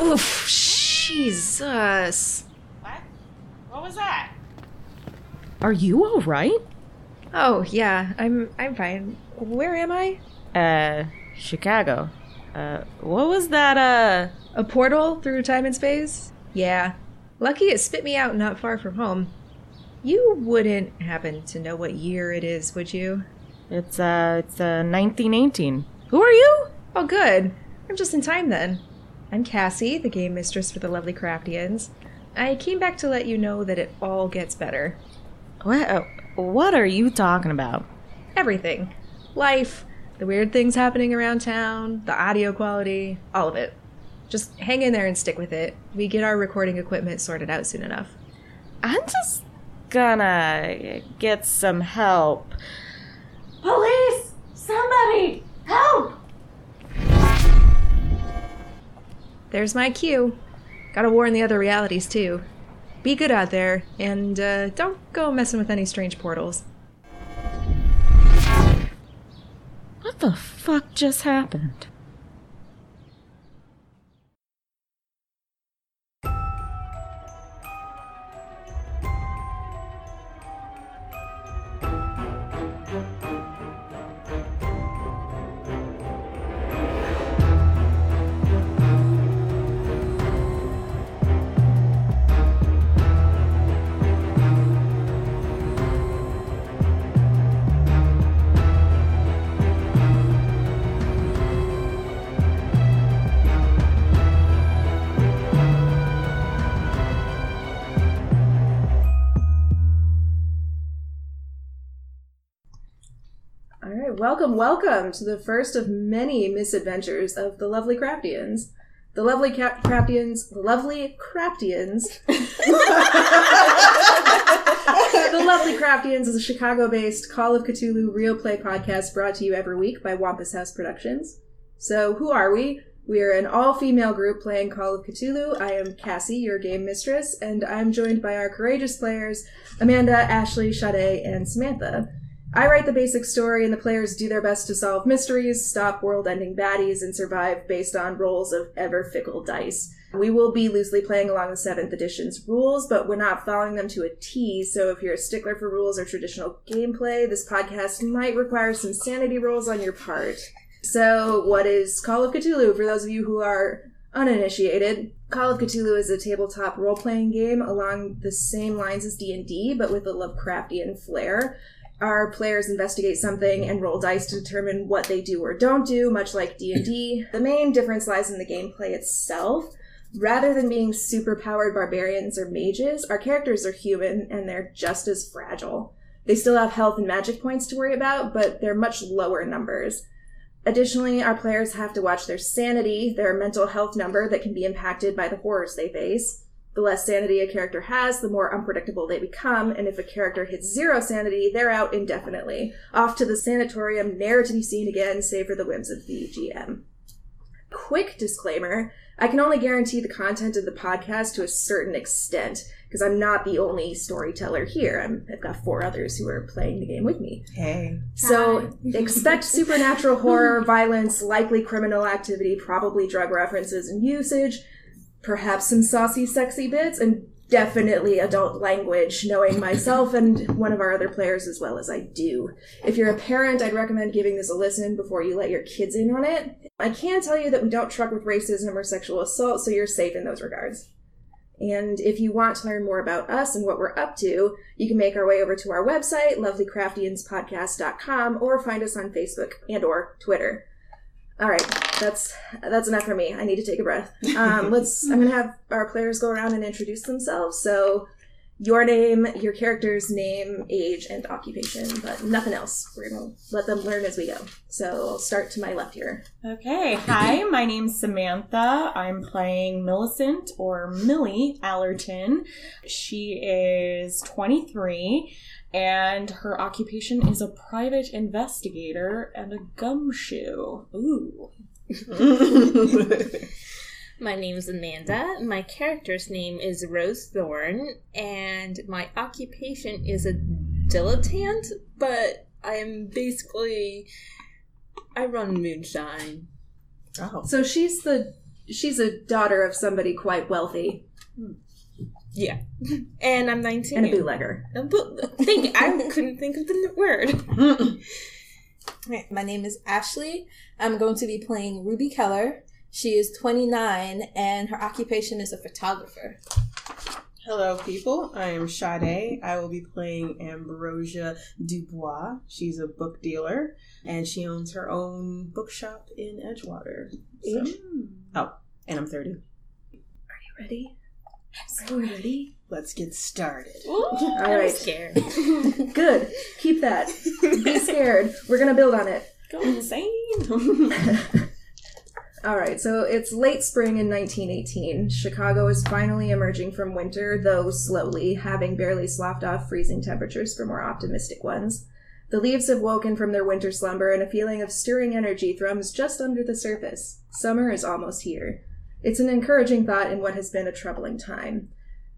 Oof, Jesus. What? What was that? Are you all right? Oh yeah, I'm I'm fine. Where am I? Uh, Chicago. Uh, what was that? Uh, A portal through time and space? Yeah. Lucky it spit me out not far from home. You wouldn't happen to know what year it is, would you? it's uh, it's uh, 1918. Who are you? Oh, good. I'm just in time then. I'm Cassie, the game mistress for the lovely Craftians. I came back to let you know that it all gets better. What? Uh, what are you talking about? Everything. Life, the weird things happening around town, the audio quality, all of it. Just hang in there and stick with it. We get our recording equipment sorted out soon enough. I'm just gonna get some help. Police! Somebody! Help! There's my cue. Gotta warn the other realities too. Be good out there, and uh, don't go messing with any strange portals. What the fuck just happened? All right, welcome, welcome to the first of many misadventures of the lovely Craftians. The lovely ca- Craftians, the lovely Craftians. the lovely Craftians is a Chicago-based Call of Cthulhu real play podcast brought to you every week by Wampus House Productions. So, who are we? We are an all-female group playing Call of Cthulhu. I am Cassie, your game mistress, and I'm joined by our courageous players, Amanda, Ashley, Sade, and Samantha. I write the basic story, and the players do their best to solve mysteries, stop world ending baddies, and survive based on rolls of ever fickle dice. We will be loosely playing along the 7th edition's rules, but we're not following them to a T, so if you're a stickler for rules or traditional gameplay, this podcast might require some sanity rolls on your part. So, what is Call of Cthulhu for those of you who are uninitiated? Call of Cthulhu is a tabletop role-playing game along the same lines as D&D, but with a Lovecraftian flair. Our players investigate something and roll dice to determine what they do or don't do, much like D&D. The main difference lies in the gameplay itself. Rather than being superpowered barbarians or mages, our characters are human and they're just as fragile. They still have health and magic points to worry about, but they're much lower numbers. Additionally, our players have to watch their sanity, their mental health number that can be impacted by the horrors they face. The less sanity a character has, the more unpredictable they become, and if a character hits zero sanity, they're out indefinitely, off to the sanatorium, ne'er to be seen again, save for the whims of the GM. Quick disclaimer I can only guarantee the content of the podcast to a certain extent, because I'm not the only storyteller here. I'm, I've got four others who are playing the game with me. Hey. So expect supernatural horror, violence, likely criminal activity, probably drug references and usage, perhaps some saucy, sexy bits, and definitely adult language, knowing myself and one of our other players as well as I do. If you're a parent, I'd recommend giving this a listen before you let your kids in on it. I can tell you that we don't truck with racism or sexual assault, so you're safe in those regards. And if you want to learn more about us and what we're up to, you can make our way over to our website, lovelycraftianspodcast.com, or find us on Facebook and or Twitter. All right, that's that's enough for me. I need to take a breath. Um, let's. I'm gonna have our players go around and introduce themselves. So, your name, your character's name, age, and occupation, but nothing else. We're gonna let them learn as we go. So, I'll start to my left here. Okay. Hi, my name's Samantha. I'm playing Millicent or Millie Allerton. She is 23 and her occupation is a private investigator and a gumshoe. Ooh. My name's Amanda. My character's name is Rose Thorne, and my occupation is a dilettante, but I'm basically. I run moonshine. Oh. So she's the She's a daughter of somebody quite wealthy And I'm 19. and a bootlegger. A boot- Thank I couldn't think of the word. Alright, my name is Ashley. I'm going to be playing Ruby Keller. She is 29 and her occupation is a photographer. Hello, people. I am Sade. I will be playing Ambrosia Dubois. She's a book dealer, and she owns her own bookshop in Edgewater. So- Oh, and I'm 30. Ready? Are you ready? Let's get started. All I'm right, scared. good. Keep that. Be scared. We're gonna build on it. Go insane. All right, so it's late spring in 1918. Chicago is finally emerging from winter, though slowly, having barely sloughed off freezing temperatures for more optimistic ones. The leaves have woken from their winter slumber, and a feeling of stirring energy thrums just under the surface. Summer is almost here. It's an encouraging thought in what has been a troubling time.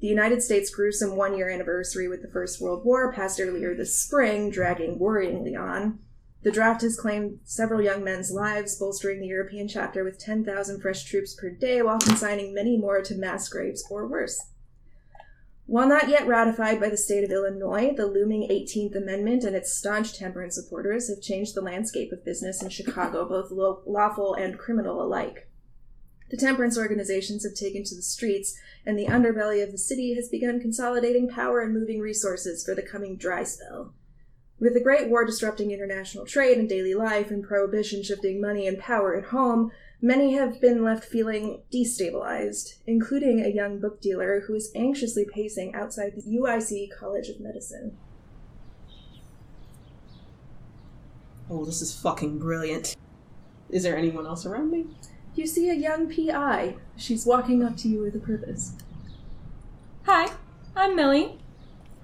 The United States' gruesome one year anniversary with the First World War passed earlier this spring, dragging worryingly on. The draft has claimed several young men's lives, bolstering the European chapter with 10,000 fresh troops per day while consigning many more to mass graves or worse. While not yet ratified by the state of Illinois, the looming 18th Amendment and its staunch temperance supporters have changed the landscape of business in Chicago, both lo- lawful and criminal alike. The temperance organizations have taken to the streets, and the underbelly of the city has begun consolidating power and moving resources for the coming dry spell. With the Great War disrupting international trade and daily life, and prohibition shifting money and power at home, many have been left feeling destabilized, including a young book dealer who is anxiously pacing outside the UIC College of Medicine. Oh, this is fucking brilliant. Is there anyone else around me? You see a young PI. She's walking up to you with a purpose. Hi, I'm Millie.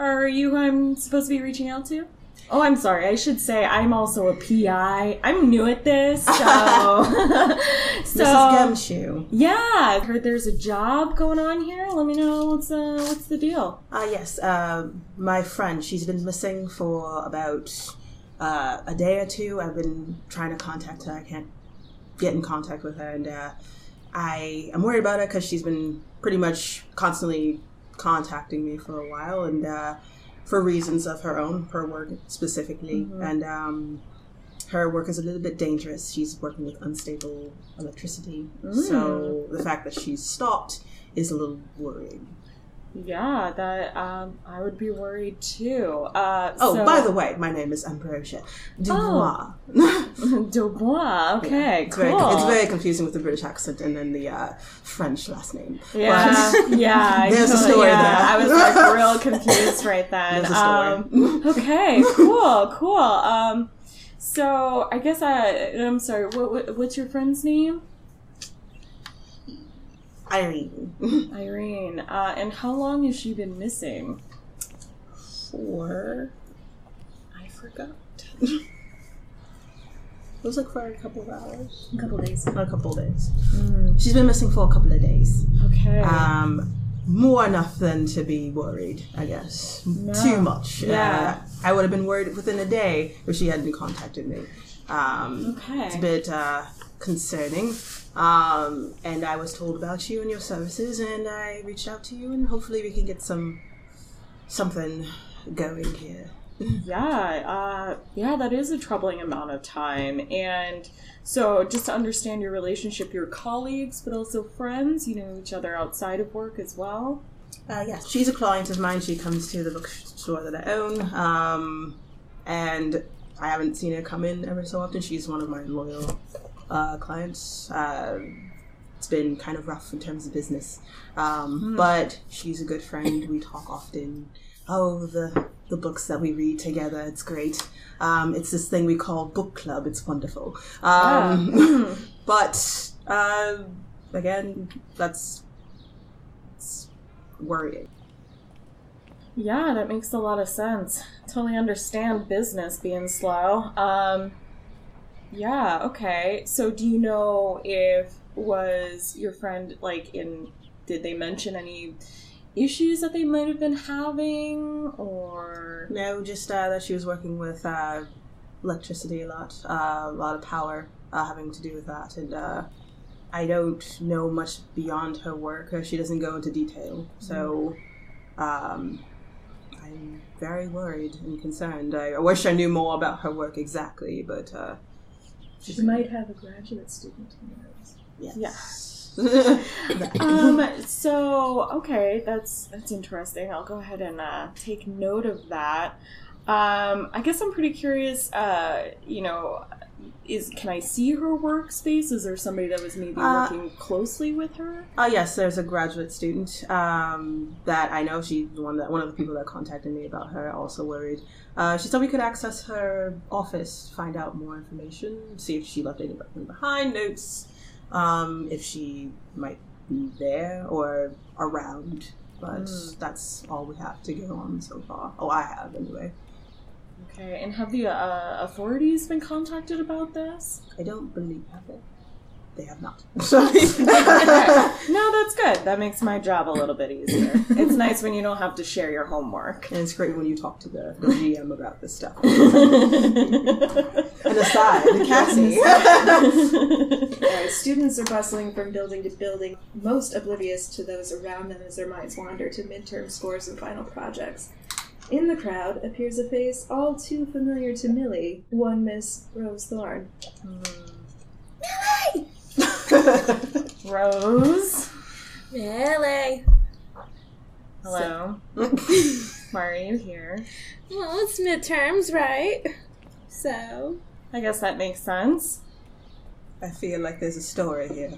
Are you who I'm supposed to be reaching out to? Oh, I'm sorry. I should say I'm also a PI. I'm new at this, so. so Mrs. Gumshoe. yeah, I heard there's a job going on here. Let me know what's uh, what's the deal. Ah, yes. Uh, my friend, she's been missing for about uh, a day or two. I've been trying to contact her. I can't get in contact with her, and uh, I am worried about her because she's been pretty much constantly contacting me for a while, and uh, for reasons of her own, her work specifically, and. Um, her work is a little bit dangerous. She's working with unstable electricity. So the fact that she's stopped is a little worrying. Yeah, that um, I would be worried too. Uh, Oh, so- by the way, my name is Ambrosia Dubois. Dubois. Okay, it's, cool. very, it's very confusing with the British accent and then the uh, French last name. Yeah, yeah. I There's a totally- story yeah, there. I was like real confused right then. There's a story. Um, okay, cool, cool. Um, so I guess I. I'm sorry. What, what, what's your friend's name? But Irene. Irene. Uh, and how long has she been missing? For. I forgot. it was like for a couple of hours. Hmm. A couple days. Or a couple of days. She's been missing for a couple of days. Okay. Um, more enough than to be worried, I guess. Too much. Yeah. Uh, I would have been worried within a day if she hadn't contacted me. Um, It's a okay. bit uh, concerning. Um, and I was told about you and your services, and I reached out to you, and hopefully we can get some something going here. Yeah. Uh, yeah. That is a troubling amount of time. And so, just to understand your relationship, your colleagues, but also friends. You know each other outside of work as well. Uh, yes, she's a client of mine. She comes to the bookstore that I own, um, and I haven't seen her come in ever so often. She's one of my loyal uh, clients. Uh, it's been kind of rough in terms of business, um, but she's a good friend. We talk often. Oh, the the books that we read together. It's great. Um, it's this thing we call book club. It's wonderful. Um, but uh, again, that's it's worrying. Yeah, that makes a lot of sense. Totally understand business being slow. Um, yeah, okay. So, do you know if was your friend like in? Did they mention any issues that they might have been having, or No, just uh, that she was working with uh, electricity a lot, uh, a lot of power uh, having to do with that, and uh, I don't know much beyond her work. uh, She doesn't go into detail, so um, I'm very worried and concerned. I, I wish I knew more about her work exactly, but uh, She might have a graduate student. who knows. yes. um, so okay, that's that's interesting. I'll go ahead and uh, take note of that. Um, I guess I'm pretty curious. Uh, you know, is can I see her workspace? Is there somebody that was maybe Uh, working closely with her? Uh, yes, there's a graduate student um, that I know. She's the one that one of the people that contacted me about her. Also worried. Uh, she said we could access her office, find out more information, see if she left anything behind, notes, um, if she might be there or around. But that's all we have to go on so far. Oh, I have anyway. Okay, and have the uh, authorities been contacted about this? I don't believe have they. They have not. Okay. no, that's good. That makes my job a little bit easier. it's nice when you don't have to share your homework. And it's great when you talk to the, the GM about this stuff. And aside, Cassie. Alright, students are bustling from building to building, most oblivious to those around them as their minds wander to midterm scores and final projects. In the crowd appears a face all too familiar to Millie, one Miss Rose Thorne. Rose. Really? Hello. Why are you here? Well, it's midterms, right? So, I guess that makes sense. I feel like there's a story here.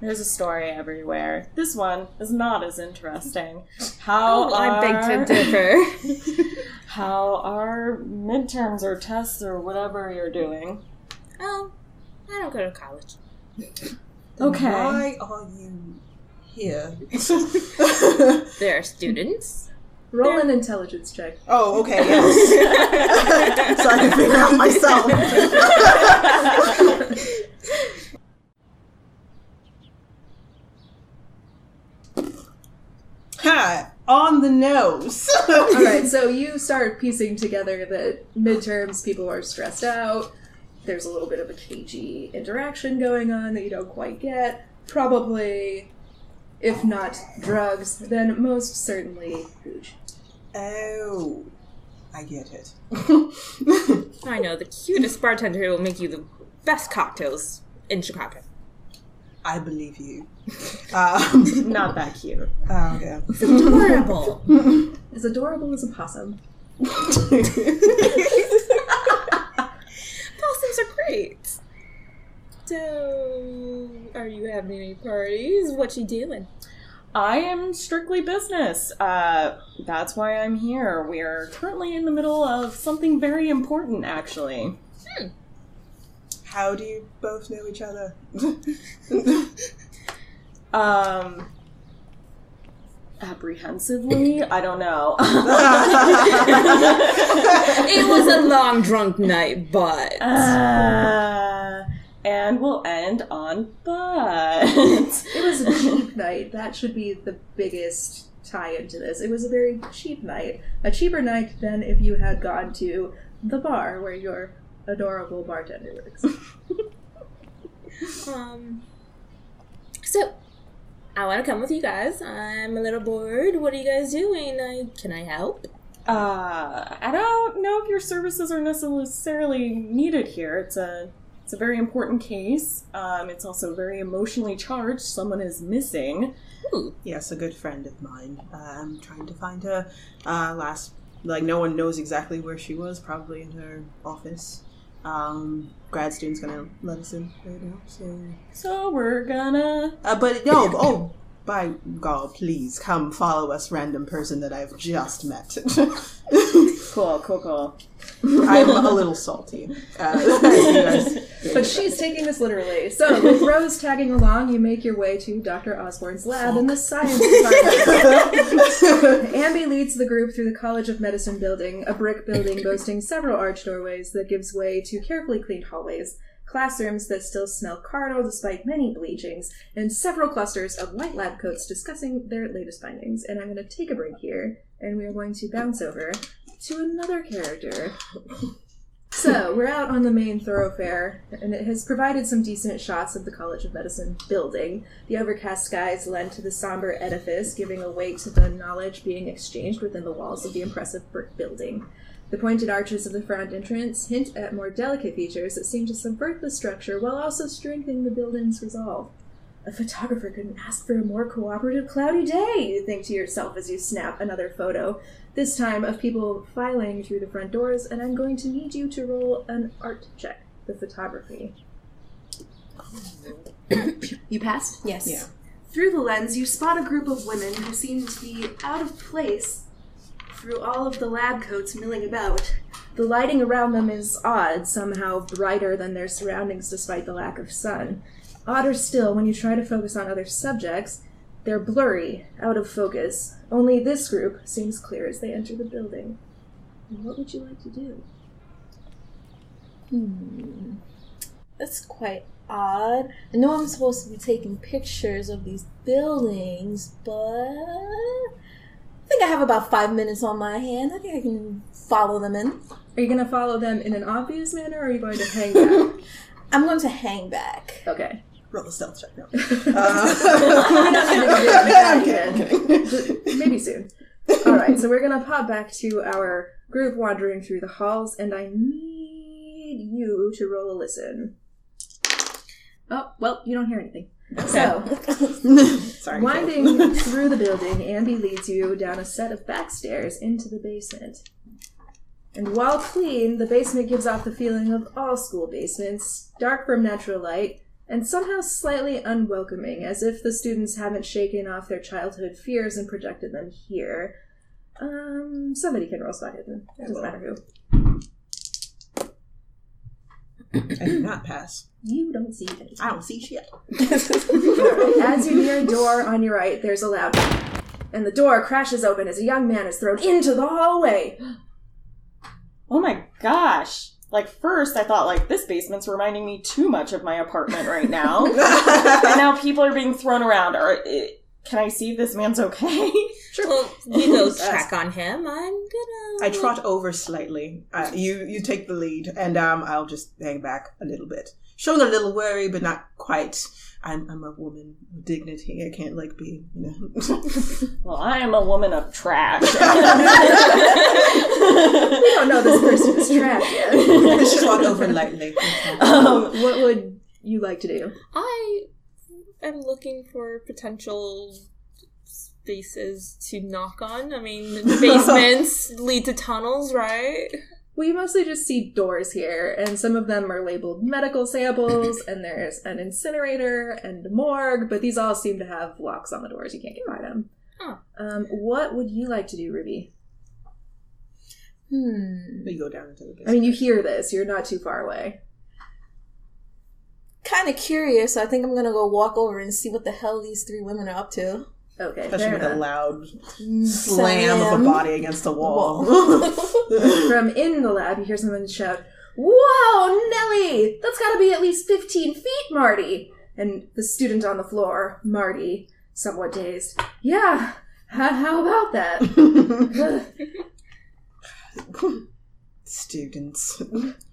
There's a story everywhere. This one is not as interesting. How Oh, are, differ. How are midterms or tests or whatever you're doing? oh, I don't go to college. Okay. Why are you here? There are students. Roll an intelligence check. oh, okay, yes. so I can figure out myself. ha! On the nose. Alright, so you start piecing together that midterms, people are stressed out, there's a little bit of a cagey interaction going on that you don't quite get. Probably, if not drugs, then most certainly booze. Oh, I get it. I know the cutest bartender who will make you the best cocktails in Chicago. I believe you. Um, Not that cute. oh, okay. Adorable. As adorable as a possum. Possums are great. So, are you having any parties? What you doing? I am strictly business. Uh, that's why I'm here. We're currently in the middle of something very important, actually. How do you both know each other? Um, apprehensively? I don't know. It was a long drunk night, but Uh, and we'll end on but. It was a cheap night. That should be the biggest tie into this. It was a very cheap night. A cheaper night than if you had gone to the bar where your adorable bartender works. um. So, I want to come with you guys. I'm a little bored. What are you guys doing? I, can I help? Uh, I don't know if your services are necessarily needed here. It's a it's a very important case. Um, it's also very emotionally charged. Someone is missing. Yes, a good friend of mine. Uh, I'm trying to find her. Uh, last, like, no one knows exactly where she was. Probably in her office. Um, grad student's gonna let us in right now. So, So we're gonna. uh, but no, oh, by God, please come follow us, random person that I've just met. Cool, cool, cool. I'm a little salty. Uh, you guys- But she's taking this literally. So, with Rose tagging along, you make your way to Dr. Osborne's lab in the science department. Amby leads the group through the College of Medicine building, a brick building boasting several arched doorways that gives way to carefully cleaned hallways, classrooms that still smell carnal despite many bleachings, and several clusters of white lab coats discussing their latest findings. And I'm going to take a break here, and we are going to bounce over to another character. So, we're out on the main thoroughfare, and it has provided some decent shots of the College of Medicine building. The overcast skies lend to the somber edifice, giving a weight to the knowledge being exchanged within the walls of the impressive brick building. The pointed arches of the front entrance hint at more delicate features that seem to subvert the structure while also strengthening the building's resolve. A photographer couldn't ask for a more cooperative cloudy day, you think to yourself as you snap another photo, this time of people filing through the front doors, and I'm going to need you to roll an art check, the photography. you passed? Yes. Yeah. Through the lens, you spot a group of women who seem to be out of place through all of the lab coats milling about. The lighting around them is odd, somehow brighter than their surroundings despite the lack of sun. Odder still, when you try to focus on other subjects, they're blurry, out of focus. Only this group seems clear as they enter the building. And what would you like to do? That's quite odd. I know I'm supposed to be taking pictures of these buildings, but I think I have about five minutes on my hand. I think I can follow them in. Are you going to follow them in an obvious manner, or are you going to hang back? I'm going to hang back. okay. Roll a stealth check Uh, now. I'm I'm kidding, I'm Maybe soon. All right, so we're gonna pop back to our group wandering through the halls, and I need you to roll a listen. Oh well, you don't hear anything. So, Sorry. winding through the building, Andy leads you down a set of back stairs into the basement. And while clean, the basement gives off the feeling of all school basements, dark from natural light, and somehow slightly unwelcoming, as if the students haven't shaken off their childhood fears and projected them here. Um, somebody can roll spot hidden. It doesn't matter who. I do not pass. You don't see anything. I don't see shit. As you near a door on your right, there's a loud and the door crashes open as a young man is thrown into the hallway. Oh my gosh. Like, first I thought, like, this basement's reminding me too much of my apartment right now. and now people are being thrown around. Or, can I see if this man's okay? Well, you go check on him. I'm gonna. I trot over slightly. Uh, you you take the lead, and um, I'll just hang back a little bit, showing a little worry, but not quite. I'm I'm a woman of dignity. I can't like be you know. well, I am a woman of trash. We don't know this person is trapped yet. just walk over lightly. um, What would you like to do? I am looking for potential spaces to knock on. I mean, basements lead to tunnels, right? Well, you mostly just see doors here, and some of them are labeled medical samples, and there's an incinerator and a morgue, but these all seem to have locks on the doors. You can't get by them. Huh. Um, what would you like to do, Ruby? Hmm. we go down into the basement. I mean, you hear this, you're not too far away. Kind of curious, so I think I'm gonna go walk over and see what the hell these three women are up to. Okay, Especially fair with a enough. loud slam of a Slam. body against the wall. From in the lab, you hear someone shout, Whoa, Nelly! That's gotta be at least 15 feet, Marty! And the student on the floor, Marty, somewhat dazed, Yeah, how, how about that? Students.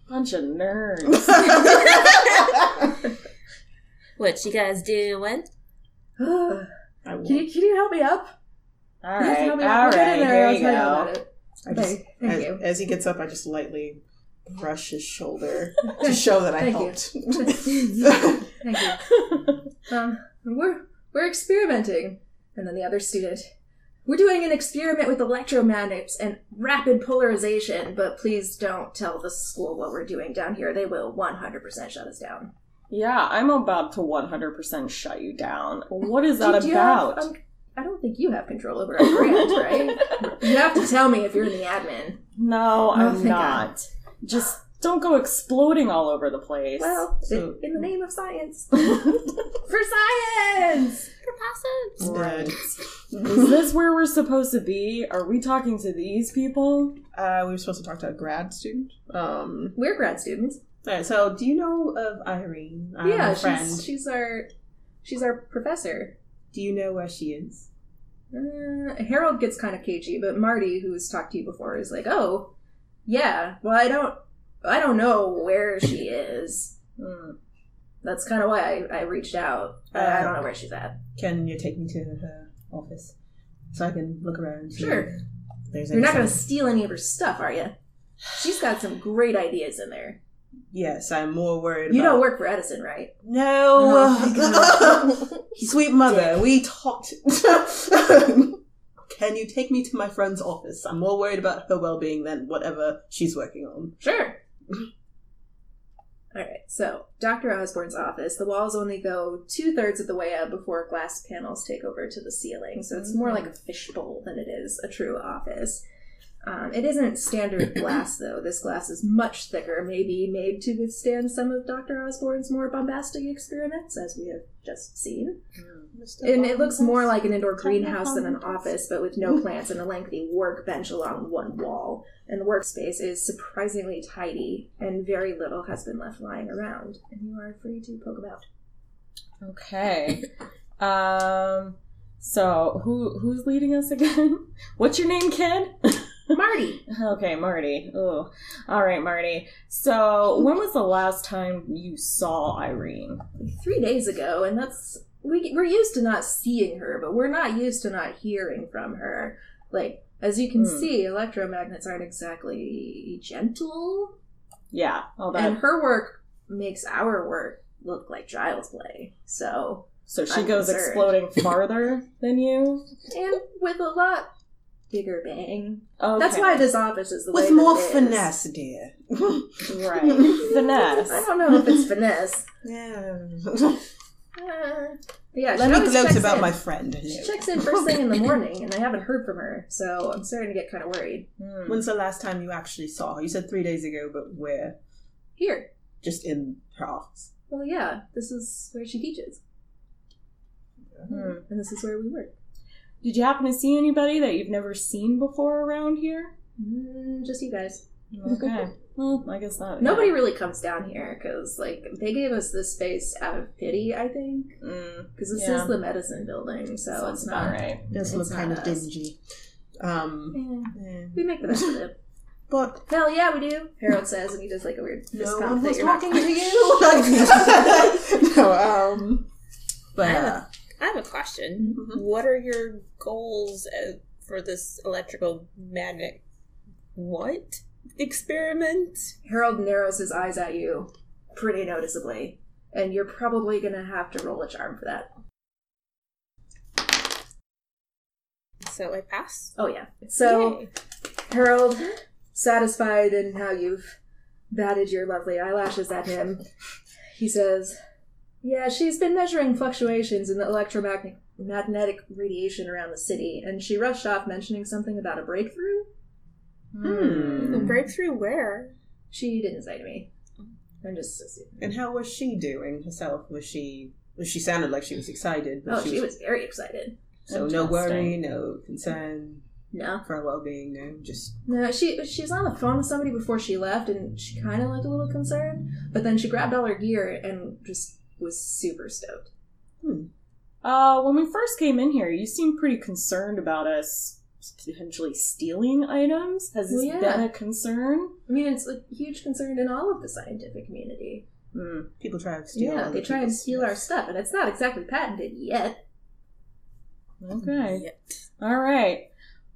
bunch of nerds. What you guys doing? Ugh. I can, will. you, can you help me up? All You have to help right, all me up. I'll get in right, there, here I'll you tell you go. about it. I just, Okay, thank as, you. as he gets up, I just lightly brush his shoulder to show that I Thank helped. Thank you. um, we're we're experimenting, and then the other student. We're doing an experiment with electromagnets and rapid polarization, but please don't tell the school what we're doing down here. They will 100% shut us down. Yeah, I'm about to 100% shut you down. What is that Do you have- about? um, I don't think you have control over our grant, right? you have to tell me if you're in the admin. no, I'm Oh, thank God. not. Just don't go exploding all over the place. Well, So- in the name of science. For science! Propulsive. Nerd. Is this where we're supposed to be? Are we talking to these people? Uh, we were supposed to talk to a grad student. Um, We're grad students. all right, so do you know of Irene? Our yeah, friend. she's she's our she's our professor. Do you know where she is? Uh, Harold gets kind of cagey, but Marty, who's talked to you before, is like, "Oh, yeah. Well, I don't I don't know where she is. Hmm. That's kind of why I, I reached out. I, I don't know where she's at. Can you take me to her office so I can look around? and see Sure. if There's You're not going to anything? steal any of her stuff, are you? She's got some great ideas in there. Yes, I'm more worried. You about... Oh, uh, don't work for Edison, right? No. Sweet mother, we talked. Can you take me to my friend's office? I'm more worried about her well being than whatever she's working on. Sure. All right. So, Doctor Osborne's office. The walls only go two thirds of the way up before glass panels take over to the ceiling. So it's more like a fishbowl than it is a true office. Um, it isn't standard glass though. This glass is much thicker, maybe made to withstand some of Doctor Osborne's more bombastic experiments, as we have just seen. And it looks more like an indoor greenhouse than an office, but with no plants and a lengthy workbench along one wall. And the workspace is surprisingly tidy, and very little has been left lying around. And you are free to poke about. Okay. um. So who who's leading us again? What's your name, kid? Marty! okay, Marty. Oh, all right, Marty. So when was the last time you saw Irene? Three days ago, and that's. We, we're used to not seeing her, but we're not used to not hearing from her. Like, as you can Hmm. see, electromagnets aren't exactly gentle, Yeah, all that. and her work makes our work look like child's play. So. so she I'm goes concerned. exploding farther than you. and with a lot bigger bang. Okay. That's why this office is the way With that more it is. finesse, dear. right I finesse. don't know if it's finesse. yeah. Uh, but yeah, Let she me always gloat checks about in. my friend. She checks in first thing in the morning, and I haven't heard from her, so I'm starting to get kind of worried. Hmm. When's the last time you actually saw her? You said three days ago, but where? Here, Just in her office. well, yeah, this is where she teaches, Hmm. Mm-hmm. and this is where we work. Did you happen to see anybody that you've never seen before around here? Mm, just you guys. Okay. well, I guess not. Nobody really comes down here because, like, they gave us this space out of pity, I think, Mm, because this Yeah. is the medicine building, so sounds it's about not. right. Does It's look not kind of us. dingy. Um, Eh, yeah. we make the best of it. But Hell yeah, we do. Harold says, and he does like a weird fist no pump one that was you're not- talking to you. no, um, but uh, I have a question. Mhm. What are your goals uh, for this electrical magnet? What experiment? Harold narrows his eyes at you pretty noticeably, and you're probably gonna have to roll a charm for that. So I pass. Oh yeah. So Yay. Harold, satisfied in how you've batted your lovely eyelashes at him, he says, "Yeah, she's been measuring fluctuations in the electromagnetic." Magnetic radiation around the city, and she rushed off mentioning something about a breakthrough. hmm. breakthrough where? She didn't say to me. I'm just assuming. And how was she doing herself? Was she? Well, she sounded like she was excited, but Oh, she was very excited. so no worry, no concern No, for her well-being. No, just No, she she was on the phone with somebody before she left, and she kind of looked a little concerned. But then she grabbed all her gear and just was super stoked. Uh, when we first came in here, you seemed pretty concerned about us potentially stealing items. Has this Well, yeah. been a concern? I mean, it's a huge concern in all of the scientific community. Hmm. people try to steal. yeah, other they try and people's- steal our stuff, and it's not exactly patented yet. Okay. All right.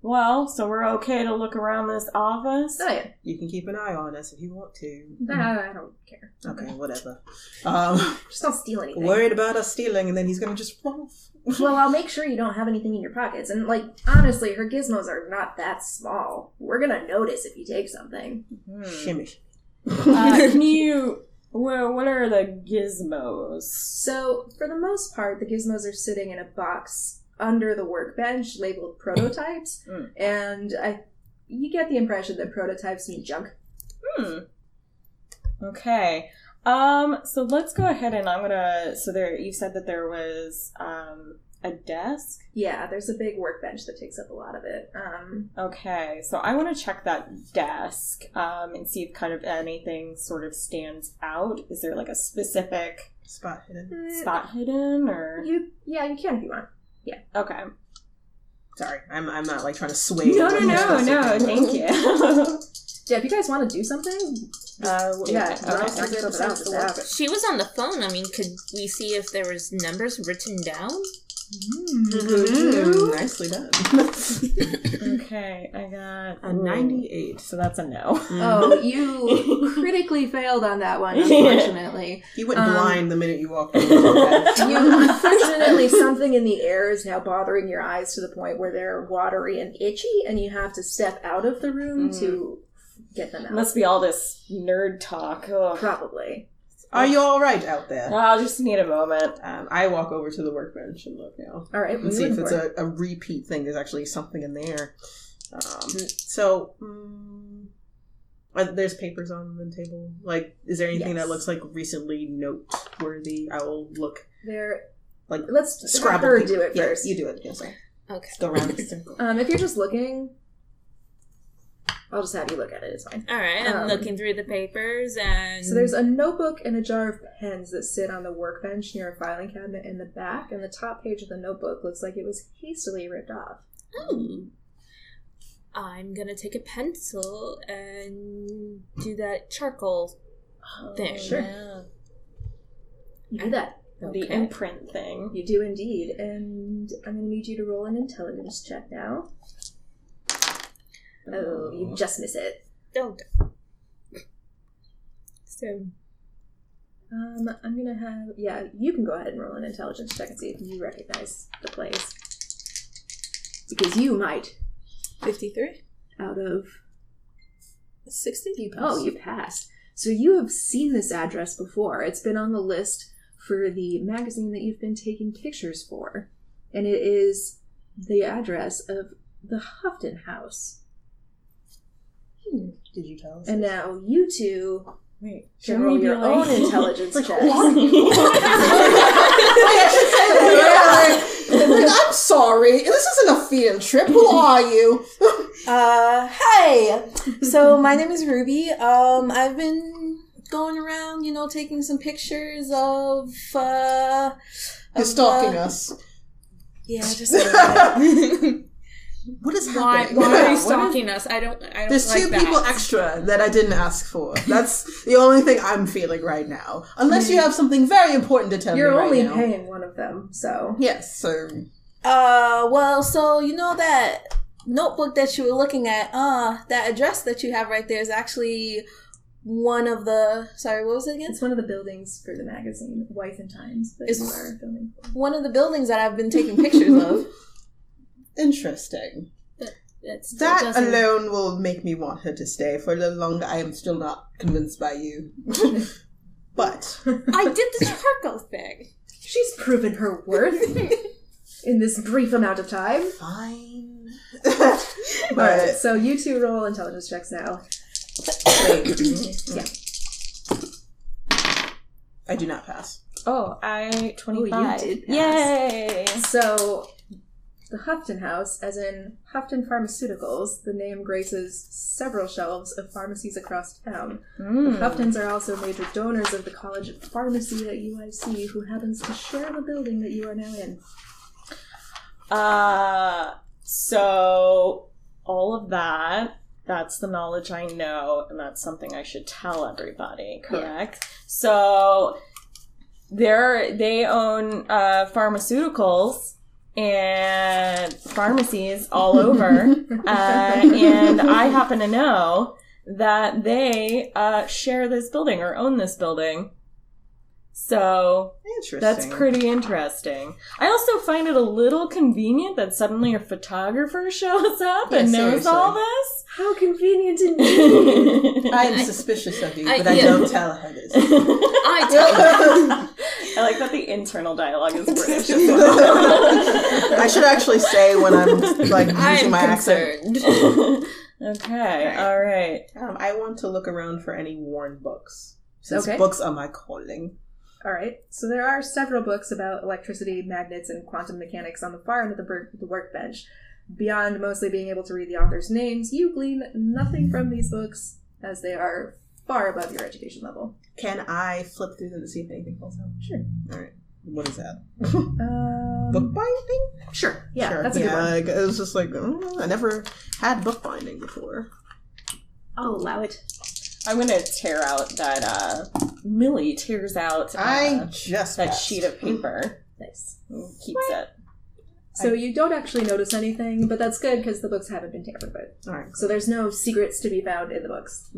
Well, so we're okay to look around this office. So yeah, You can keep an eye on us if you want to. nah, I don't care. Okay, whatever. Um, Just don't steal anything. worried about us stealing, and then he's gonna just run off. Well, I'll make sure you don't have anything in your pockets. And like, honestly, her gizmos are not that small. We're gonna notice if you take something. Hmm. Shimmy. Uh, can you? Well, what are the gizmos? So, for the most part, the gizmos are sitting in a box under the workbench labeled prototypes, Mm. and I, you get the impression that prototypes mean junk. Hmm. Okay. Um. So let's go ahead and I'm gonna. So there, you said that there was um a desk. Yeah, there's a big workbench that takes up a lot of it. Um, Okay. So I want to check that desk. Um, and see if kind of anything sort of stands out. Is there like a specific Spot hidden. spot hidden or? you, yeah, you can if you want. Okay. Sorry, I'm, I'm not like trying to sway. No, no, what you're no, supposed to no. do. Thank you. Yeah, if you guys want to do something, Uh, what- yeah, okay. I'll just knock Okay. something out. Hmm. Just have it. She was on the phone. I mean, could we see if there was numbers written down? Mm, nicely Mm-hmm. done. Okay, I got a 98. So that's a no. Oh, you critically failed on that one, unfortunately. You went Um, blind the minute you walked in. You, unfortunately, something in the air is now bothering your eyes to the point where they're watery and itchy, and you have to step out of the room to get them out. Must be all this nerd talk. Ugh. Ah, Probably. Are you all right out there? I'll just need a moment. Um, I walk over to the workbench and look now. All right, and see if it's a- a, a repeat thing. There's actually something in there. Um, so, mm, uh, there's papers on the table. Like, is there anything Yes. that looks like recently noteworthy? I will look. there. Like, let's have Scrabble. her paper. do it Yeah, first. you do it. Yes, sir. Okay. Let's go around the circle. Um, if you're just looking, I'll just have you look at it. It's fine. All right. I'm Um, looking through the papers and So there's a notebook and a jar of pens that sit on the workbench near a filing cabinet in the back, and the top page of the notebook looks like it was hastily ripped off. Oh. I'm gonna take a pencil and do that charcoal thing. Sure. You do that. Um, The imprint thing. You do indeed, and I'm going to need you to roll an intelligence check now. Oh, you Uh-huh. just miss it. Don't. oh, So Um, I'm gonna have yeah. You can go ahead and roll an intelligence check and see if you recognize the place, because you might. 53? Out of 60? you oh, you passed. So you have seen this address before. It's been on the list for the magazine that you've been taking pictures for, and it is the address of the Houghton House. Did you tell us? And now you two Wait. can roll your own intelligence checks. I'm sorry. This isn't a field trip. Who are you? Uh, hi! So, my name is Ruby. Um, I've been going around, you know, taking some pictures of, uh... You're Um, of, stalking uh, us. Yeah, just a little bit. What is why happening? why are What you is- stalking us? I don't I don't There's like two that. people extra that I didn't ask for. That's the only thing I'm feeling right now. Unless you have something very important to tell You're me right only now. paying one of them, so Yes, so Uh, well, so you know that notebook that you were looking at, uh, that address that you have right there is actually one of the. Sorry, what was it again? it's one of the buildings for the magazine Wife and Times that Is- you are filming. for. One of the buildings that I've been taking pictures of. interesting. That's, That doesn't- alone will make me want her to stay for a little longer. I am still not convinced by you. but I did the charcoal thing. She's proven her worth in this brief amount of time. fine. All right, but so you two roll intelligence checks now. I do not pass. Oh, I Oh, 25. you did. pass. Yay! So the Houghton House, as in Houghton Pharmaceuticals, the name graces several shelves of pharmacies across town. Hmm. The Huftons are also major donors of the College of Pharmacy at UIC, who happens to share the building that you are now in. Uh, so all of that, that's the knowledge I know, and that's something I should tell everybody, correct? So they're, they own uh, pharmaceuticals and pharmacies all over, uh, and I happen to know that they uh, share this building or own this building. So Interesting. that's pretty interesting. I also find it a little convenient that suddenly a photographer shows up Yeah, and knows seriously. all this. How convenient indeed! I I am suspicious of you, I- but I yeah. don't tell her this. I tell you. like that the internal dialogue is British. I should actually say when I'm like using I'm my accent. concerned. okay, all right. Um, I want to look around for any worn books. Since Okay. books are my calling. All right. So there are several books about electricity, magnets, and quantum mechanics on the far end of the, bur- the workbench. Beyond mostly being able to read the authors' names, you glean nothing from these books as they are far above your education level. Can I flip through them to see if anything falls out? Sure. All right. What is that? Um, Book binding? Sure. Yeah, Sure. that's a yeah, good one. Like, it was just like mm, I never had book binding before. I'll allow it. I'm gonna tear out that uh Millie tears out uh, I just that passed. sheet of paper. Nice. and Keeps it. So you don't actually notice anything, but that's good because the books haven't been tampered with. All right. So there's no secrets to be found in the books.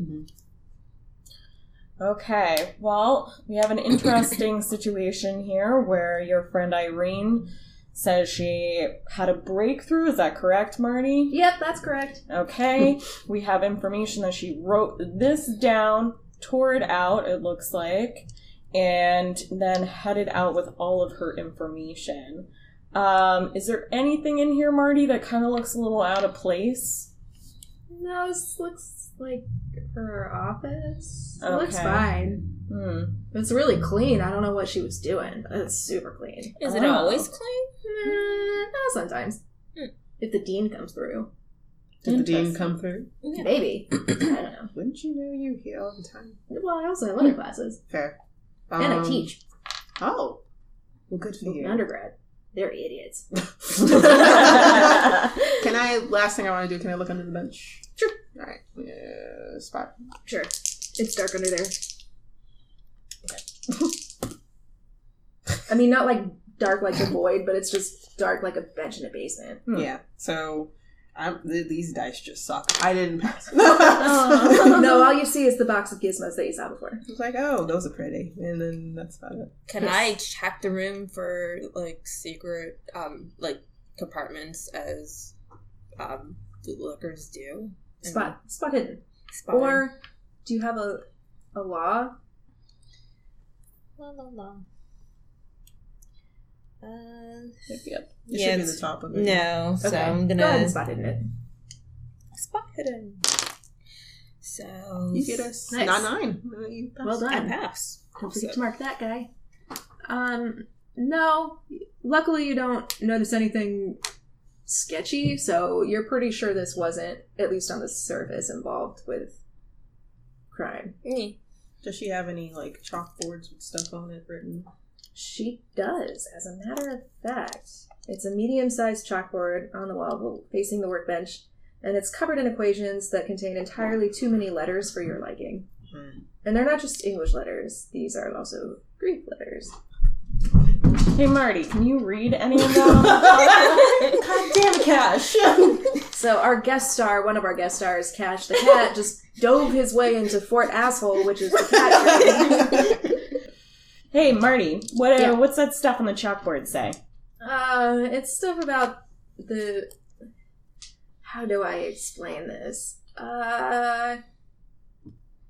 Okay. Well, we have an interesting situation here where your friend Irene says she had a breakthrough. Is that correct, Marty? Yep, that's correct. Okay, we have information that she wrote this down, tore it out, it looks like, and then headed out with all of her information. Um, is there anything in here, Marty, that kind of looks a little out of place? No, this looks like her office. It looks Okay. fine. Hmm. It's really clean. I don't know what she was doing, but it's super clean. Is it Oh. always clean? Eh, sometimes. Hmm. If the dean comes through. Did the dean come through? Maybe. I don't know. Wouldn't you know you here all the time? Well, I also have other classes. Fair. and I Um, teach. Oh. Well, good for in you. undergrad. They're idiots. can I, last thing I want to do, can I look under the bench? Sure. All right. Yeah, spot. Sure. It's dark under there. I mean, not like dark like the void, but it's just dark like a bench in a basement. Hmm. Yeah. So, I'm, th- these dice just suck. I didn't pass. no, all you see is the box of gizmos that you saw before. I was like, oh, those are pretty. And then that's about it. Can I check the room for like secret, um, like compartments as um bootlookers do? And Spot, spot hidden. spot. Or do you have a a law? La, la, la. Uh, Yep, yep. It Yeah, should be it's- the top of it. no, so Okay, I'm Go ahead gonna and spot hidden it. spot hidden. So You get us Nice. not nine. Uh, You passed. Well I done. pass. Don't forget to mark that guy. Um, no. Luckily, you don't notice anything sketchy, so you're pretty sure this wasn't, at least on the surface, involved with crime. Does she have any like chalkboards with stuff on it written? She does, as a matter of fact. It's a medium sized chalkboard on the wall facing the workbench, and it's covered in equations that contain entirely too many letters for your liking. Hmm. And they're not just English letters, these are also Greek letters. Hey, Marty, can you read any of them? God damn Cash! So our guest star, one of our guest stars, Cash the cat, just dove his way into Fort Asshole, which is the cat. room. hey, Marty, what, uh, Yeah. what's that stuff on the chalkboard say? Uh, it's stuff about the. How do I explain this? Uh,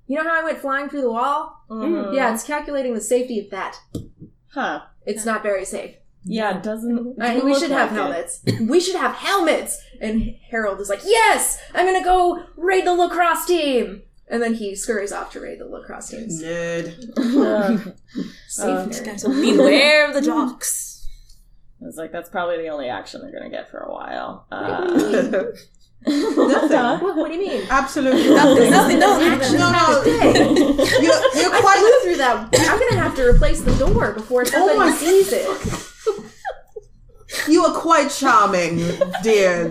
you know how I went flying through the wall? Mhm. Mm, Yeah, it's calculating the safety of that. Huh. It's not very safe. Yeah, it doesn't. I mean, doesn't we look should have like it. helmets. we should have helmets. And Harold is like, "Yes, I'm gonna go raid the lacrosse team." And then he scurries off to raid the lacrosse team. Nerd. Ugh. Safe Uh, nerd. So beware of the jocks. I was like, that's probably the only action they're gonna get for a while. Uh, Nothing. Nothing. What, what do you mean? Absolutely nothing. Nothing, no, No, no. You're, you're I quite. flew through that. I'm gonna have to replace the door before somebody Oh my- sees it. You are quite charming, dear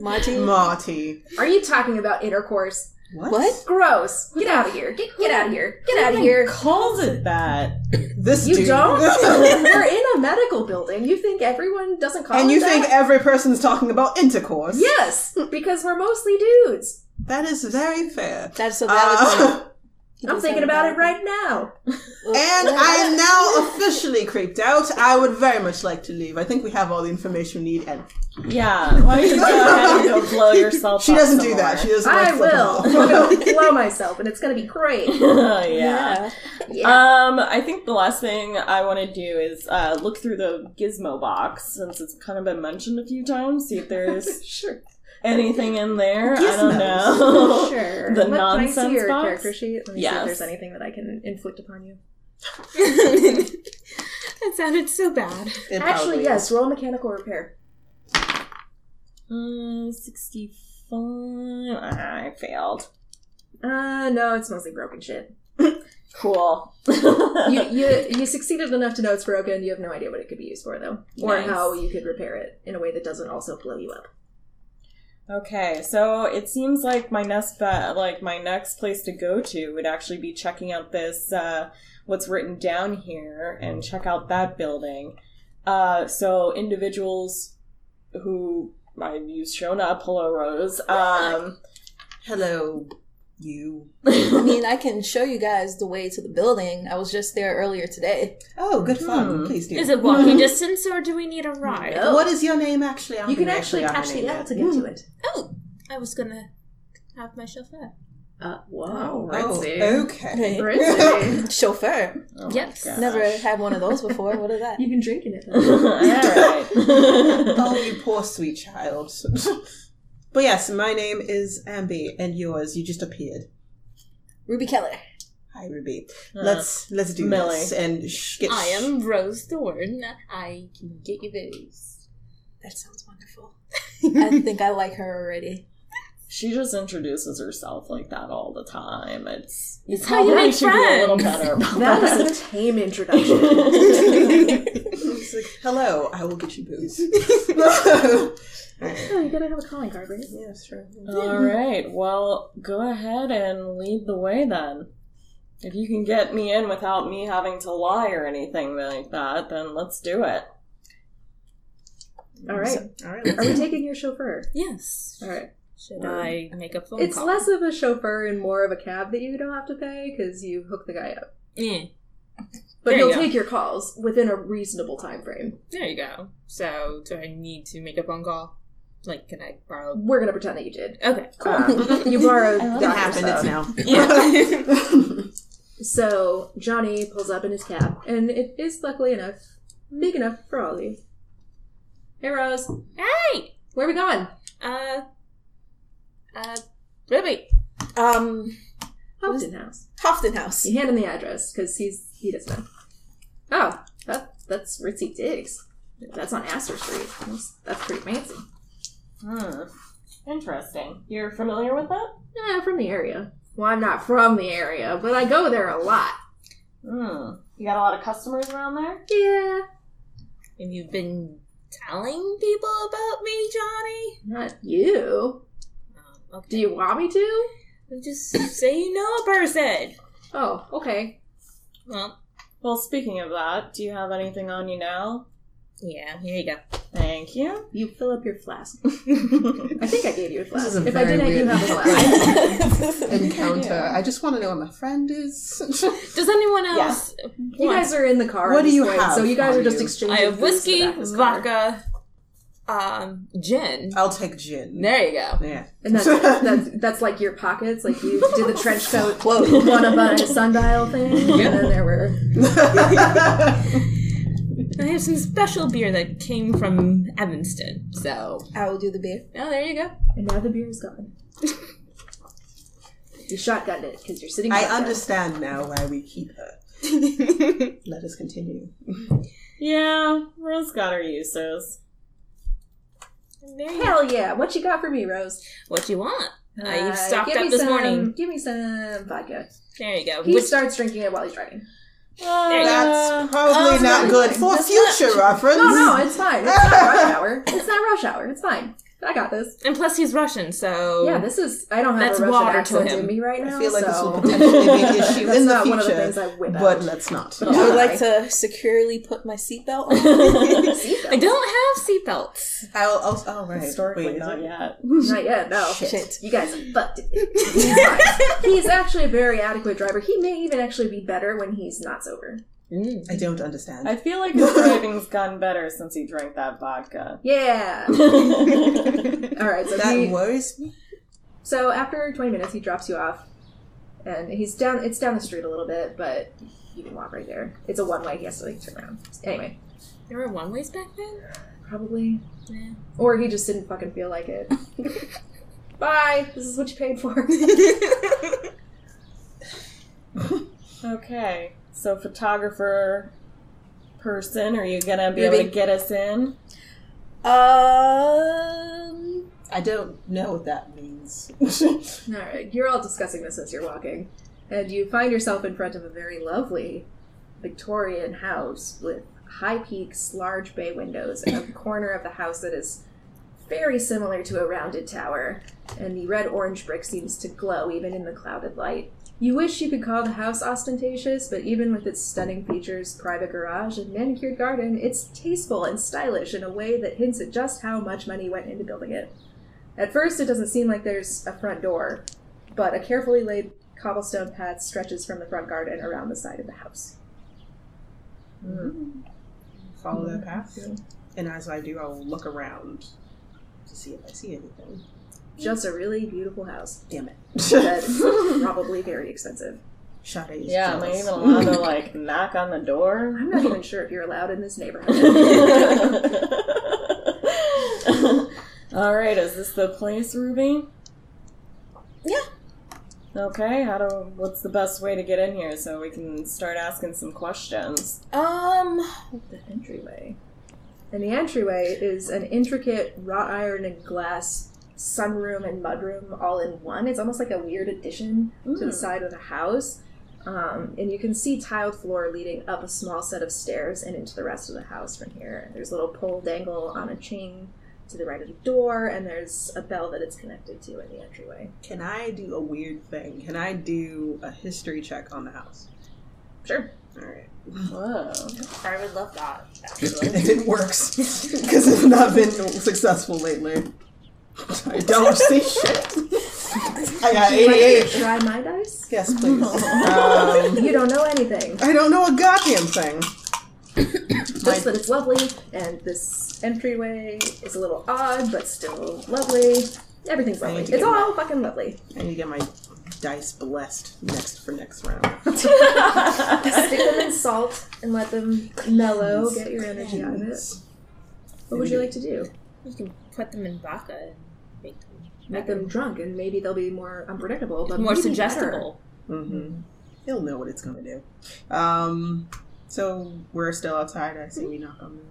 Marty, Marty. Are you talking about intercourse? What? What? Gross! Get out of here! Get get out of here! Get out of here! calls it that. Oh This You dude. don't? We're in a medical building. You think everyone doesn't call and it you that? think every person's talking about intercourse? Yes, because we're mostly dudes. That is very fair. that's a valid Uh, point. He I'm does thinking have a about it valid right now. point. And I am now officially creeped out. I would very much like to leave. I think we have all the information we need. And Yeah, why don't you go ahead and go blow yourself? she up doesn't some do that. She more. doesn't. I like will. I'm football. gonna blow myself, and it's gonna be great. yeah. Yeah. Uh, Yeah. Um, I think the last thing I want to do is uh, look through the gizmo box since it's kind of been mentioned a few times. See if there's sure. anything in there. I don't Gizmos. know. Sure. The Let- can I nonsense see your box? character sheet? Let me see Yes. if there's anything that I can inflict upon you. that sounded so bad. It probably Actually, is. yes. Roll mechanical repair. Uh, Sixty-five. Ah, I failed. Uh, no, it's mostly broken shit. Cool. You, you you succeeded enough to know it's broken. You have no idea what it could be used for, though, or Nice. how you could repair it in a way that doesn't also blow you up. Okay, so it seems like my next bet, like my next place to go to would actually be checking out this uh, what's written down here and check out that building. Uh, so individuals who I've you've shown up, hello Rose. Um, Hello, you. I mean, I can show you guys the way to the building. I was just there earlier today. Oh, good fun. Hmm. Please do. Is it walking distance or do we need a ride? What is your name actually? I'm You can gonna actually attach have the your L name to get to it. I was gonna have myself up. Uh, wow. there. Oh, Ritzy. okay. Ritzy. Chauffeur. oh my Yes. gosh. Never had one of those before. What is that? You can drink in it. Um, though. All right. oh, you poor sweet child. but yes, my name is Ambi, and yours. You just appeared. Ruby Keller. Hi, Ruby. Uh, let's let's do Millie. this and sh- get. I sh- am Rose Thorn. I can get you those. That sounds wonderful. I think I like her already. She just introduces herself like that all the time. It's you It's how you probably make should be a little friends. better about That is a tame introduction. that. It's like, hello, I will get you booze. Oh, you gotta have a calling card, right? yeah, sure. All right. Well, go ahead and lead the way then. If you can get me in without me having to lie or anything like that, then let's do it. All right. All right. let's- Are we taking your chauffeur? Yes. All right. Should I make a phone It's call? less of a chauffeur and more of a cab that you don't have to pay because you hook the guy up. Yeah. But There you he'll go. take your calls within a reasonable time frame. There you go. So, do I need to make a phone call? Like, can I borrow? We're gonna pretend that you did. Okay. Um, you borrowed It doctor happened. stuff. It's now. So Johnny pulls up in his cab, and it is luckily enough big enough for Ollie. Hey Rose, Hey! where are we going? Uh. Uh. Ruby! Um, Hopton House. Hofton House. You hand him the address because he's he doesn't know. Oh, that that's Ritzy Diggs. That's on Astor Street. That's, that's pretty fancy. Hmm. Interesting. You're familiar with that? Yeah, from the area. Well, I'm not from the area, but I go there a lot. Hmm. You got a lot of customers around there? Yeah, Have you been telling people about me, Johnny? not you. Um, Do okay. you want me to? You- Just say you know a person! Oh, okay. Well, Well, speaking of that, do you have anything on you now? yeah, here you go. Thank you. You fill up your flask. All I think I gave you a flask. is a if I very didn't, you weird- have a flask. Encounter. I just want to know where my friend is. Does anyone else? you want- guys are in the car. What at do this you point, have So you guys on are just you? exchanging. I have foods in the whiskey, back of his car. vodka, um, gin. I'll take gin. There you go. Yeah. and that's, that's that's like your pockets. Like you did the trench coat, one up on a sundial thing, and then there were I have some special beer that came from Evanston. So, I will do the beer. oh, there you go. And now the beer is gone. you shotgunned it because you're sitting. I shotgun. understand now why we keep her. Let us continue. yeah, Rose got her uses. There you go. Hell yeah! What you got for me, Rose? What you want? Uh, Uh, you've stocked give up me this some- morning. Give me some vodka. There you go. He Which, starts drinking it while he's driving. you go. Uh, That's probably um, not good for future reference. No, no, it's fine. It's not rush hour. It's not rush hour. It's fine. I got this. and plus, he's Russian, so Yeah, this is. I don't have Oh. That's a Russian water to accent him. in me right now. I feel like this will so potentially be an issue that's in the not one of the things future, I whip but out. let's not. I would like to securely put my seatbelt on. I don't have seatbelts. I'll, I'll, oh, right. historically, Wait, is not it- yet. Not yet. No. Shit. You guys fucked it. He's fine. He's actually a very adequate driver. He may even actually be better when he's not sober. I don't understand. I feel like his driving's gotten better since he drank that vodka. Yeah. All right. So that he, worries me. so after 20 minutes, he drops you off, and he's down. It's down the street a little bit, but you can walk right there. It's a one way. He has to like turn around. Anyway, There were one ways back then? probably. Yeah. Or he just didn't fucking feel like it. Bye. This is what you paid for. Okay, so photographer person, are you gonna be Ruby. able to get us in? Um, I don't know what that means. All right, you're all discussing this as you're walking, and you find yourself in front of a very lovely Victorian house with high peaks, large bay windows, and a corner of the house that is very similar to a rounded tower, and the red orange brick seems to glow even in the clouded light. You wish you could call the house ostentatious, but even with its stunning features, private garage, and manicured garden, it's tasteful and stylish in a way that hints at just how much money went into building it. At first, it doesn't seem like there's a front door, but a carefully laid cobblestone path stretches from the front garden around the side of the house. Follow that path. And as I do, I'll look around to see if I see anything. Just a really beautiful house Damn it. that's probably very expensive. Shade is Yeah, am I jealous. even allowed to like knock on the door? I'm not even sure if you're allowed in this neighborhood. All right, is this the place, Ruby? Yeah. Okay, how do what's the best way to get in here so we can start asking some questions? Um, the entryway. And the entryway is an intricate wrought iron and glass sunroom and mudroom all in one. It's almost like a weird addition to the side of the house. Um, and you can see tiled floor leading up a small set of stairs and into the rest of the house from here. There's a little pole dangle on a chain to the right of the door, and there's a bell that it's connected to in the entryway. Can I do a weird thing? Can I do a history check on the house? Sure. All right. Whoa. I would love that. And it works because it's not been successful lately. I don't see shit. I got Would you like to 88. try my dice? Yes, please. Um, You don't know anything. I don't know a goddamn thing. Just that it's lovely, and this entryway is a little odd, but still lovely. Everything's lovely. need to It's get all fucking lovely. I need to get my dice blessed next for next round. Stick them in salt and let them mellow. Get your energy out of it. What would you like to do? You can put them in vodka and make them Make them drunk, and maybe they'll be more unpredictable, but more maybe suggestible. Mm-hmm. He'll know what it's gonna do. Um, so we're still outside. I see we knock on the.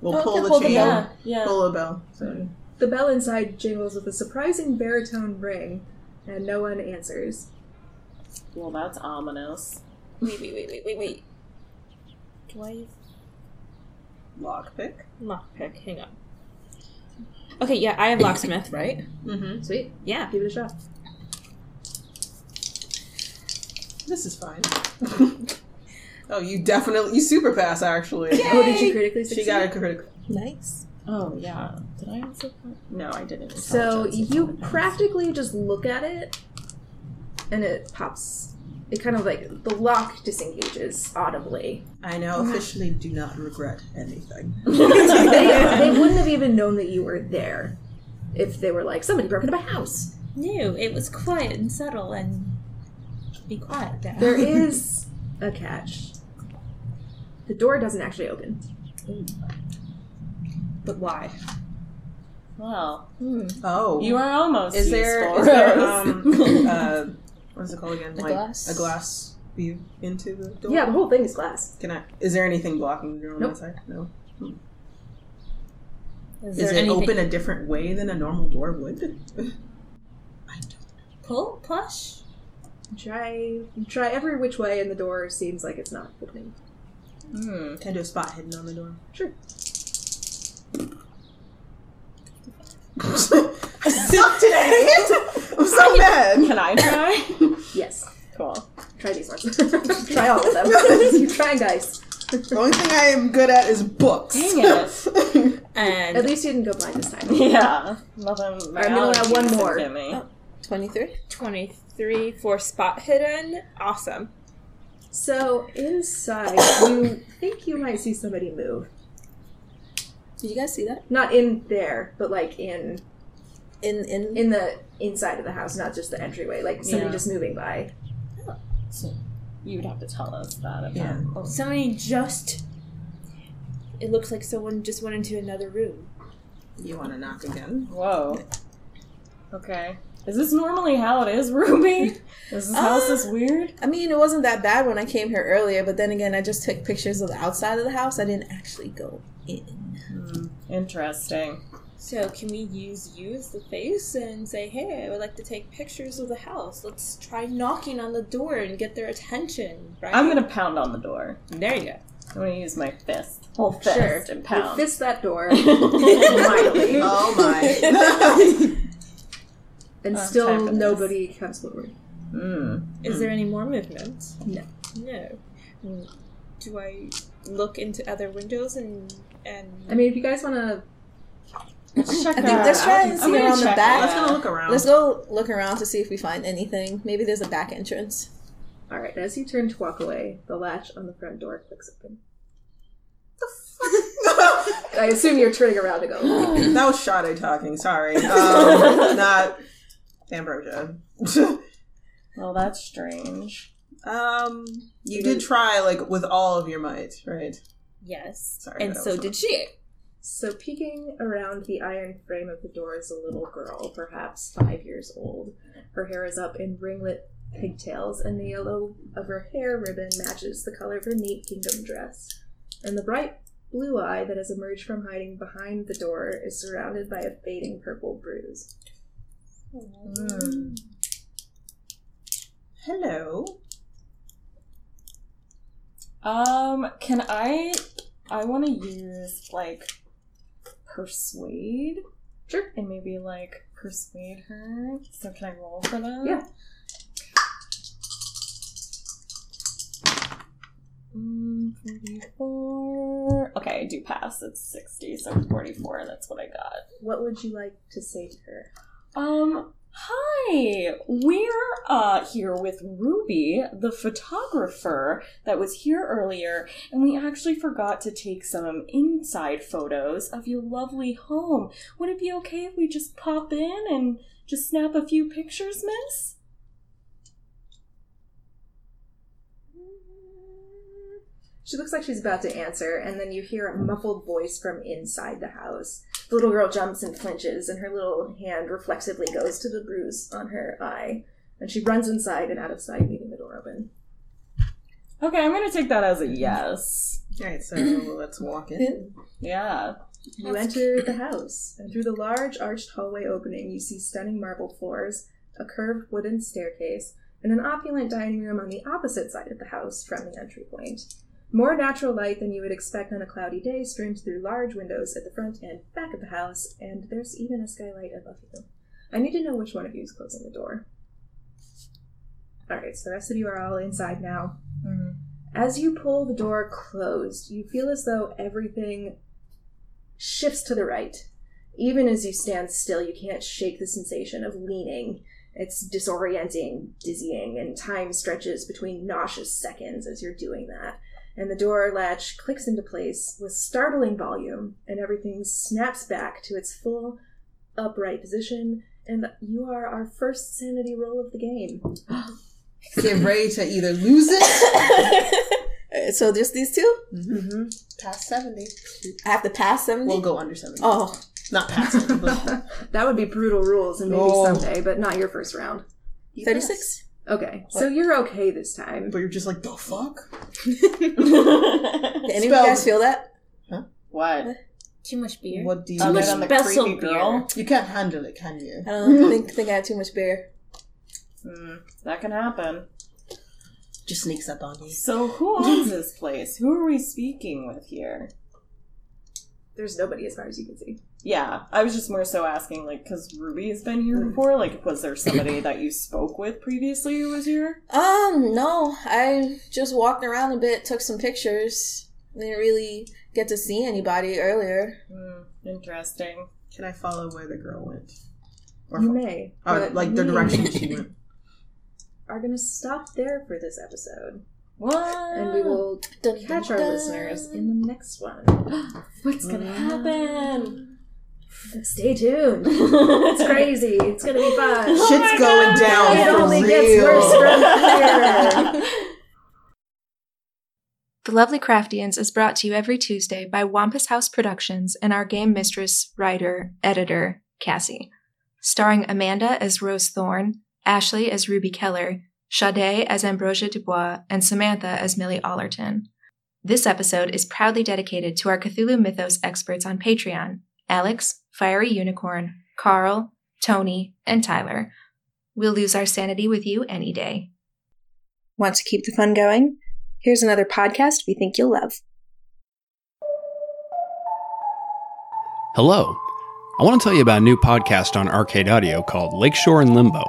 We'll Mm-hmm. Oh, yeah, pull the pull the chain. bell. Yeah. Pull a bell. Sorry. better. The bell inside jingles with a surprising baritone ring, and no one answers. Well, that's ominous. Wait, wait, wait, wait, wait, wait. Do I Lockpick. lockpick? Hang on. Okay, yeah, I have locksmith, right? Mm-hmm. Sweet. Yeah. Give it a shot. This is fine. oh, you definitely you super pass actually. Oh, did you critically succeed? She got a critical. nice. Oh yeah. Did I answer that? No, I didn't. So Intelligence is you fine. practically just look at it, and it pops. It kind of like the lock disengages audibly. I now officially do not regret anything. they, they wouldn't have even known that you were there if they were like somebody broke into my house. No, it was quiet and subtle and be quiet now. There is a catch. The door doesn't actually open. But why? Hmm. Well, Oh, you are almost. Is there useful. is there um uh what is it called again? A glass? a glass view into the door. Yeah, the whole thing is glass. Can I? Is there anything blocking the door on Nope. that side? No. Is, Is, there it anything? open a different way than a normal door would? Pull? Push? Try try every which way, and the door seems like it's not opening. Hmm. Can I do a spot hidden on the door? Sure. I suck today. I'm so mad. Can I try? Yes. cool. Try these ones. try all of them. Try dice. The only thing I am good at is books. Dang it. At And least you didn't go blind this time. Yeah. Nothing. my I'm gonna allow one allergies more. get me. 23. 23 for spot hidden. Awesome. So inside, you think you might see somebody move. Did you guys see that? Not in there, but like in In, in, in the inside of the house, not just the entryway. Like somebody Yeah. just moving by. You would have to tell us that. If Yeah. That, Oh, Somebody just. It looks like someone just went into another room. You want to knock again? Whoa. Okay. Is this normally how it is, Ruby? Is this house this weird? I mean, it wasn't that bad when I came here earlier, but then again, I just took pictures of the outside of the house. I didn't actually go in. Interesting. So, can we use you as the face and say, hey, I would like to take pictures of the house? Let's try knocking on the door and get their attention, right? I'm gonna pound on the door. There you go. I'm going to use my fist. Whole fist and You pound. fist that door Finally. Oh my. and Oh, time still for this. nobody comes forward. Mm. Is Hmm. there any more movement? No. No. Mm, Do I look into other windows and and I mean, if you guys want to, Let's check I think let's try and see gonna around the check back. Let's go look around. Let's go look around to see if we find anything. Maybe there's a back entrance. all right. As you turn to walk away, the latch on the front door clicks open. I assume you're turning around to go. that was Sade talking. Sorry, um, not Ambrosia. Well, that's strange. um, you did try like with all of your might, right? yes? Sorry, and that so was- did she. So, peeking around the iron frame of the door is a little girl, perhaps five years old. Her hair is up in ringlet pigtails, and the yellow of her hair ribbon matches the color of her neat kingdom dress. And the bright blue eye that has emerged from hiding behind the door is surrounded by a fading purple bruise. Hmm. Hmm. Hello. Um, can I? I want to use like persuade. Sure. And maybe like persuade her. So can I roll for that? Yeah. Mm, 44. Okay, I do pass. It's 60, so 44. That's what I got. What would you like to say to her? Um, hi. We're uh here with Ruby, the photographer that was here earlier, and we actually forgot to take some inside photos of your lovely home. Would it be okay if we just pop in and just snap a few pictures, miss? She looks like she's about to answer, and then you hear a muffled voice from inside the house. The little girl jumps and flinches, and her little hand reflexively goes to the bruise on her eye. And she runs inside and out of sight, leaving the door open. Okay, I'm gonna take that as a yes. All right, so let's walk in. Yeah. You enter the house, and through the large arched hallway opening, you see stunning marble floors, a curved wooden staircase, and an opulent dining room on the opposite side of the house from the entry point. More natural light than you would expect on a cloudy day streams through large windows at the front and back of the house, and there's even a skylight above you. I need to know which one of you is closing the door. Alright, so the rest of you are all inside now. As you pull the door closed, you feel as though everything shifts to the right. Even as you stand still, you can't shake the sensation of leaning. It's disorienting, dizzying, and time stretches between nauseous seconds as you're doing that. And the door latch clicks into place with startling volume, and everything snaps back to its full, upright position. And you are our first sanity roll of the game. Get ready to either lose it. Alright, so just these two? Past seventy, I have to pass 70? Mm-hmm. we'll go under seventy. oh, Not past seventy. But That would be brutal rules, and maybe Oh. someday, but not your first round. 36? Okay, so you're okay this time. but you're just like the fuck. Did any of you Spelled- guys feel that? What? Too much beer. What Oh, do you? Other mean? than the Special creepy beer. girl. you can't handle it, can you? I don't think, think I had too much beer. Mm, that can happen. Just sneaks up on you. So who owns this place? Who are we speaking with here? There's nobody as far as you can see. Yeah, I was just more so asking, like, because Ruby's been here before. Like, was there somebody that you spoke with previously who was here? Um, no. I just walked around a bit, took some pictures. Didn't really get to see anybody earlier. Hmm, interesting. Can I follow where the girl went? Or You fo- may. or, but like the we direction she went. Are going to stop there for this episode. What? And we will Dun, catch our dun, dun. listeners in the next one. Mm. What's gonna happen? Stay tuned. It's crazy. It's going to be fun. Shit's going down. Oh It for only real. gets worse from here. The Lovely Craftians is brought to you every Tuesday by Wampus House Productions and our game mistress, writer, editor, Cassie. Starring Amanda as Rose Thorne, Ashley as Ruby Keller, Sade as Ambrosia Dubois, and Samantha as Millie Allerton. This episode is proudly dedicated to our Cthulhu Mythos experts on Patreon Alex, Fiery Unicorn, Carl, Tony, and Tyler. We'll lose our sanity with you any day. Want to keep the fun going? Here's another podcast we think you'll love Hello. I want to tell you about a new podcast on Arcade Audio called Lakeshore in Limbo.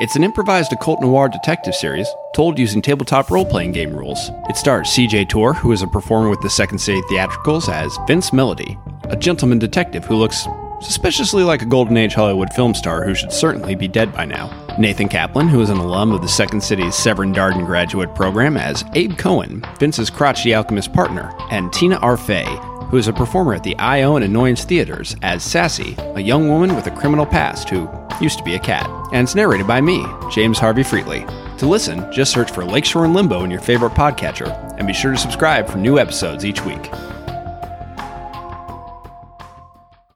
It's an improvised occult noir detective series told using tabletop role playing game rules. It stars CJ Tor, who is a performer with the Second City Theatricals, as Vince Melody, a gentleman detective who looks suspiciously like a Golden Age Hollywood film star who should certainly be dead by now. Nathan Kaplan, who is an alum of the Second City's Severn Darden graduate program, as Abe Cohen, Vince's crotchety alchemist partner, and Tina Arfey, who is a performer at the IO and Annoyance Theaters as Sassy, a young woman with a criminal past who used to be a cat. And it's narrated by me, James Harvey Freetley. To listen, just search for Lakeshore and Limbo in your favorite podcatcher, and be sure to subscribe for new episodes each week.